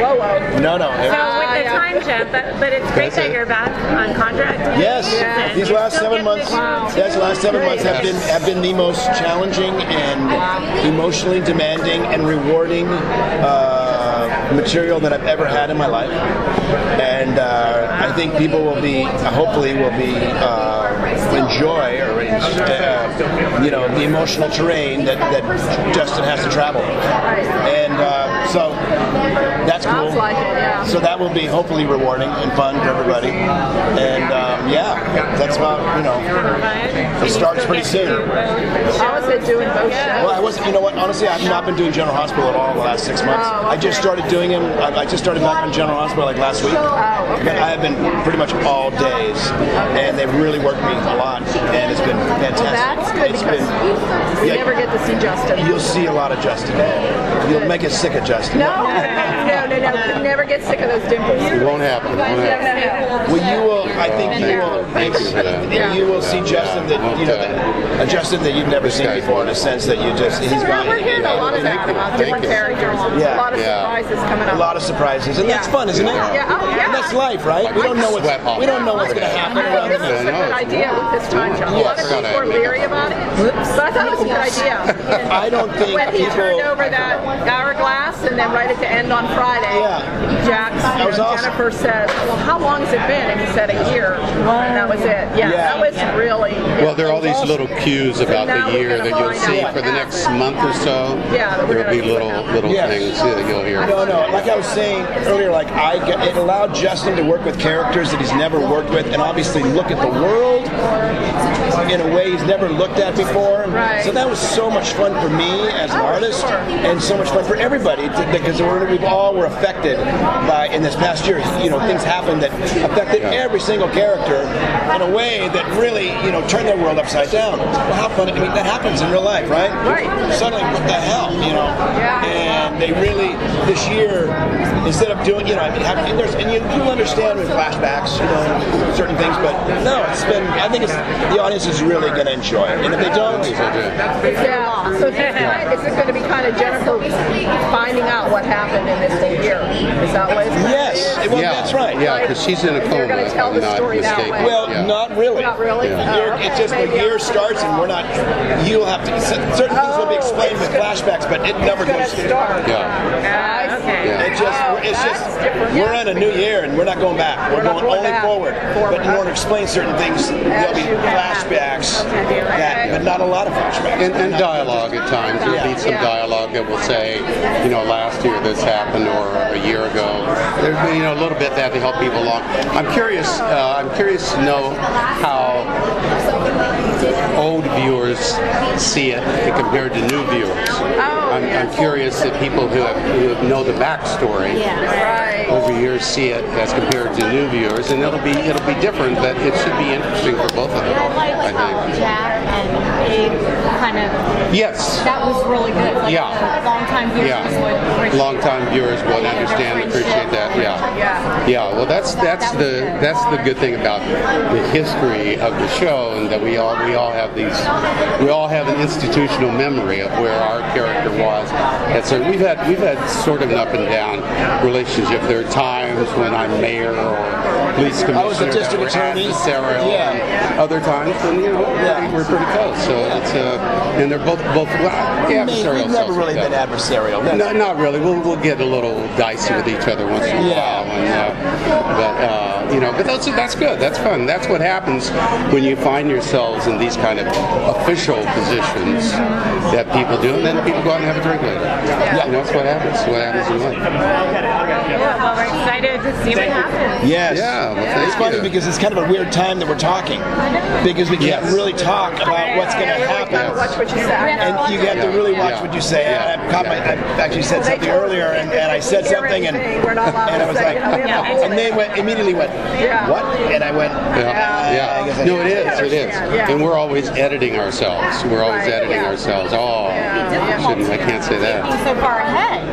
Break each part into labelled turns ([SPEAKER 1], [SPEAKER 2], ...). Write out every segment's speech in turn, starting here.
[SPEAKER 1] No, no.
[SPEAKER 2] So
[SPEAKER 1] it-
[SPEAKER 2] with the time jump, but, but it's great
[SPEAKER 1] That's
[SPEAKER 2] that
[SPEAKER 1] it.
[SPEAKER 2] you're back on contract.
[SPEAKER 1] Yes,
[SPEAKER 2] And
[SPEAKER 1] these
[SPEAKER 2] you
[SPEAKER 1] last
[SPEAKER 2] still
[SPEAKER 1] seven
[SPEAKER 2] get
[SPEAKER 1] months.
[SPEAKER 2] to go.
[SPEAKER 1] Yes, the last seven months have been have been the most challenging and emotionally demanding and rewarding uh, material that I've ever had in my life. And uh, I think people will be, hopefully, will be uh, enjoy or uh, you know the emotional terrain that, that Justin has to travel. And uh, so that's cool.
[SPEAKER 3] Sounds like it, yeah.
[SPEAKER 1] So that will be hopefully rewarding and fun for everybody. And um, yeah, that's about you know.
[SPEAKER 2] Right?
[SPEAKER 1] It starts pretty soon.
[SPEAKER 3] I was at doing both
[SPEAKER 1] Well,
[SPEAKER 3] shows.
[SPEAKER 1] I wasn't. You know what? Honestly, I've not been doing General Hospital at all the last six months.
[SPEAKER 3] Oh, okay.
[SPEAKER 1] I just started doing them. I, I just started back on General Hospital like last week.
[SPEAKER 3] Oh, okay.
[SPEAKER 1] But I have been pretty much all days, and they've really worked me a lot, and it's been fantastic.
[SPEAKER 3] Well, that's good
[SPEAKER 1] It's
[SPEAKER 3] because
[SPEAKER 1] been-
[SPEAKER 3] we
[SPEAKER 1] yeah.
[SPEAKER 3] never get to see Justin.
[SPEAKER 1] You'll see a lot of Justin. You'll make us sick of Justin.
[SPEAKER 3] no, no, no, no, no. Never get sick of those dimples.
[SPEAKER 4] It won't happen. It won't
[SPEAKER 3] No,
[SPEAKER 4] happen.
[SPEAKER 3] no, no.
[SPEAKER 1] Well, you will. I think you will.
[SPEAKER 4] Thank you for that.
[SPEAKER 1] Yeah, You will see
[SPEAKER 4] Yeah,
[SPEAKER 1] Justin that you know that, a Justin that you've never seen
[SPEAKER 4] guy's
[SPEAKER 1] before in a sense that you just he's
[SPEAKER 3] We're, we're hearing a lot of that about different characters.
[SPEAKER 1] Yeah.
[SPEAKER 3] A lot of
[SPEAKER 1] Oh.
[SPEAKER 4] Yeah.
[SPEAKER 3] surprises coming up.
[SPEAKER 1] a lot of surprises, and that's
[SPEAKER 3] Yeah.
[SPEAKER 1] fun, isn't it?
[SPEAKER 3] Yeah, oh, yeah.
[SPEAKER 1] And that's life, right? We don't know what's
[SPEAKER 4] Sweat off.
[SPEAKER 1] we don't know what's going to happen around
[SPEAKER 3] This
[SPEAKER 1] the
[SPEAKER 3] is a good idea with this time jump. A lot of
[SPEAKER 4] Yes.
[SPEAKER 3] people were leery about it, but I thought it was a good idea.
[SPEAKER 1] I don't think
[SPEAKER 3] When he turned
[SPEAKER 1] people.
[SPEAKER 3] over that hourglass, and then right at the end on Friday,
[SPEAKER 1] Yeah.
[SPEAKER 3] Jack's
[SPEAKER 1] That was awesome.
[SPEAKER 3] Jennifer said, "Well, how long has it been?" And he said, "A year." And that was it. Yeah,
[SPEAKER 1] Yeah.
[SPEAKER 3] that was really.
[SPEAKER 4] Well, there are all these little cues about
[SPEAKER 3] Now
[SPEAKER 4] the
[SPEAKER 3] we're
[SPEAKER 4] year
[SPEAKER 3] gonna
[SPEAKER 4] that you'll
[SPEAKER 3] find out
[SPEAKER 4] see
[SPEAKER 3] what
[SPEAKER 4] for the next
[SPEAKER 3] happened.
[SPEAKER 4] month or so.
[SPEAKER 3] Yeah, that we're
[SPEAKER 4] There'll be
[SPEAKER 3] gonna see what
[SPEAKER 4] little
[SPEAKER 3] happened.
[SPEAKER 4] little
[SPEAKER 1] Yeah.
[SPEAKER 4] things that you'll hear.
[SPEAKER 1] No, no. Like I was saying earlier, like I got- it allowed Justin to work with characters that he's never worked with, and obviously look at the world in a way he's never looked at before.
[SPEAKER 3] Right.
[SPEAKER 1] So that was so much fun for me as an artist, and so much fun for everybody to- because we're, we've all were affected by in this past year. You know, things happened that affected
[SPEAKER 4] Yeah.
[SPEAKER 1] every single character in a way that really you know turned their world upside down. Well, how fun! I mean, that happens in real life, right?
[SPEAKER 3] Right.
[SPEAKER 1] Suddenly, what the hell, you know?
[SPEAKER 3] Yeah.
[SPEAKER 1] And Um, they really this year, instead of doing, you know, I mean, have, and, there's, and you do understand with flashbacks, you know, certain things, but no, it's been. I think it's the audience is really going to enjoy it, and if they don't,
[SPEAKER 3] Yeah. So this night, this is going to be kind of Jennifer finding out what happened in this year. Is that what? It's gonna be?
[SPEAKER 1] yes, well,
[SPEAKER 4] Yeah,
[SPEAKER 1] that's right.
[SPEAKER 4] Yeah, because she's in a coma.
[SPEAKER 3] You're gonna
[SPEAKER 4] if
[SPEAKER 3] tell
[SPEAKER 4] I'm
[SPEAKER 3] the
[SPEAKER 4] not
[SPEAKER 3] story that
[SPEAKER 4] mistaken.
[SPEAKER 3] way.
[SPEAKER 1] Well,
[SPEAKER 4] Yeah.
[SPEAKER 1] not really.
[SPEAKER 3] Not really?
[SPEAKER 4] Yeah.
[SPEAKER 1] You're-
[SPEAKER 3] Oh,
[SPEAKER 1] it's just
[SPEAKER 3] okay.
[SPEAKER 1] the
[SPEAKER 3] Maybe
[SPEAKER 1] year
[SPEAKER 3] I'm-
[SPEAKER 1] starts and we're not. You'll have to. Certain things will be explained with flashbacks, but it never
[SPEAKER 3] Gonna
[SPEAKER 1] goes.
[SPEAKER 3] start.
[SPEAKER 4] Yeah.
[SPEAKER 3] Ah, I see.
[SPEAKER 2] Okay.
[SPEAKER 4] Yeah.
[SPEAKER 1] It just,
[SPEAKER 3] Oh,
[SPEAKER 1] it's
[SPEAKER 3] that's
[SPEAKER 1] just,
[SPEAKER 3] different.
[SPEAKER 1] we're in a new year and we're not going back. We're,
[SPEAKER 3] not
[SPEAKER 1] going,
[SPEAKER 3] going
[SPEAKER 1] only
[SPEAKER 3] back.
[SPEAKER 1] forward.
[SPEAKER 3] Forward.
[SPEAKER 1] But in order to explain certain things, there'll be
[SPEAKER 3] you go.
[SPEAKER 1] flashbacks,
[SPEAKER 3] Okay.
[SPEAKER 1] that, but not a lot of flashbacks.
[SPEAKER 4] And, and dialogue at times. There'll be some
[SPEAKER 3] Yeah.
[SPEAKER 4] dialogue that will say, you know, last year this happened or a year ago. There's been, you know, a little bit that to help people along. I'm curious. Uh, I'm curious to know how old viewers see it compared to new viewers.
[SPEAKER 3] Oh.
[SPEAKER 4] I'm, I'm curious that people who, have, who know the backstory
[SPEAKER 3] Right.
[SPEAKER 4] over years see it as compared to new viewers, and it'll be it'll be different, but it should be interesting for both of them.
[SPEAKER 5] I liked
[SPEAKER 4] I
[SPEAKER 5] how
[SPEAKER 4] think.
[SPEAKER 5] um, Jack and Abe kind of,
[SPEAKER 4] Yes.
[SPEAKER 5] that was really good. Like
[SPEAKER 4] Yeah.
[SPEAKER 5] the Longtime viewers would
[SPEAKER 4] Yeah,
[SPEAKER 5] appreciate
[SPEAKER 4] long-time viewers would understand and appreciate that. Yeah,
[SPEAKER 3] Yeah.
[SPEAKER 4] yeah. Well, that's that's the that's the good thing about the history of the show, and that we all we all have these we all have an institutional memory of where our character was. And so we've had we've had sort of an up and down relationship. There are times when I'm mayor or police commissioner.
[SPEAKER 1] I was a
[SPEAKER 4] that
[SPEAKER 1] district
[SPEAKER 4] we're
[SPEAKER 1] attorney.
[SPEAKER 4] adversarial,
[SPEAKER 1] Yeah.
[SPEAKER 4] and Other times, and you know,
[SPEAKER 1] Yeah.
[SPEAKER 4] we're pretty close. So it's uh, and they're both both well,
[SPEAKER 1] I mean,
[SPEAKER 4] adversarial.
[SPEAKER 1] we've never
[SPEAKER 4] so-
[SPEAKER 1] really been adversarial. That's-
[SPEAKER 4] no, not really. We'll, we'll get a little dicey with each other once in a
[SPEAKER 1] Yeah.
[SPEAKER 4] while, and, uh, but uh, you know, but that's that's good. That's fun. That's what happens when you find yourselves in these kind of official positions that people do, and then people go out and have a drink later. Yeah, you know, that's what happens. That's What happens in life.
[SPEAKER 2] Yeah, well, we're excited to see what happens.
[SPEAKER 1] Yes.
[SPEAKER 4] Yeah, well, thank
[SPEAKER 1] it's funny
[SPEAKER 4] you.
[SPEAKER 1] because it's kind of a weird time that we're talking because we can't
[SPEAKER 4] Yes.
[SPEAKER 1] really talk about what's going to happen.
[SPEAKER 3] Gotta watch what you say. I know.
[SPEAKER 1] And you have to
[SPEAKER 4] Yeah.
[SPEAKER 1] really watch
[SPEAKER 4] Yeah.
[SPEAKER 1] what you say.
[SPEAKER 4] Yeah.
[SPEAKER 1] And I've, caught my,
[SPEAKER 4] Yeah.
[SPEAKER 1] I've actually said
[SPEAKER 3] They
[SPEAKER 1] something
[SPEAKER 3] told us
[SPEAKER 1] earlier, and, and I said
[SPEAKER 3] we can't hear
[SPEAKER 1] something, and,
[SPEAKER 3] anything. We're not allowed
[SPEAKER 1] and I
[SPEAKER 3] to
[SPEAKER 1] was
[SPEAKER 3] say
[SPEAKER 1] like,
[SPEAKER 3] anything. We have to hold
[SPEAKER 1] and they went immediately went,
[SPEAKER 3] Yeah.
[SPEAKER 1] what? And I went,
[SPEAKER 4] Yeah,
[SPEAKER 1] "Uh, I guess
[SPEAKER 4] yeah.
[SPEAKER 1] I
[SPEAKER 4] No, it
[SPEAKER 1] did."
[SPEAKER 4] is. It is.
[SPEAKER 3] Yeah.
[SPEAKER 4] And we're always editing ourselves. We're always
[SPEAKER 3] Right,
[SPEAKER 4] editing
[SPEAKER 3] yeah.
[SPEAKER 4] ourselves. Oh,
[SPEAKER 3] Yeah.
[SPEAKER 4] shouldn't, I can't say that.
[SPEAKER 5] being so far ahead.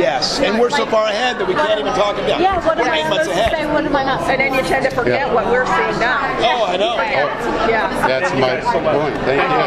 [SPEAKER 1] Yes, and we're so far ahead that we can't even talk about. it.
[SPEAKER 5] Yeah, what am
[SPEAKER 1] we're
[SPEAKER 5] I
[SPEAKER 1] eight months
[SPEAKER 5] supposed to say?
[SPEAKER 1] ahead.
[SPEAKER 5] What am I not
[SPEAKER 3] And
[SPEAKER 5] saying?
[SPEAKER 3] then you tend to forget
[SPEAKER 4] Yeah.
[SPEAKER 3] what we're seeing now.
[SPEAKER 1] Oh, I know.
[SPEAKER 3] Yeah.
[SPEAKER 4] That's my point. Thank you.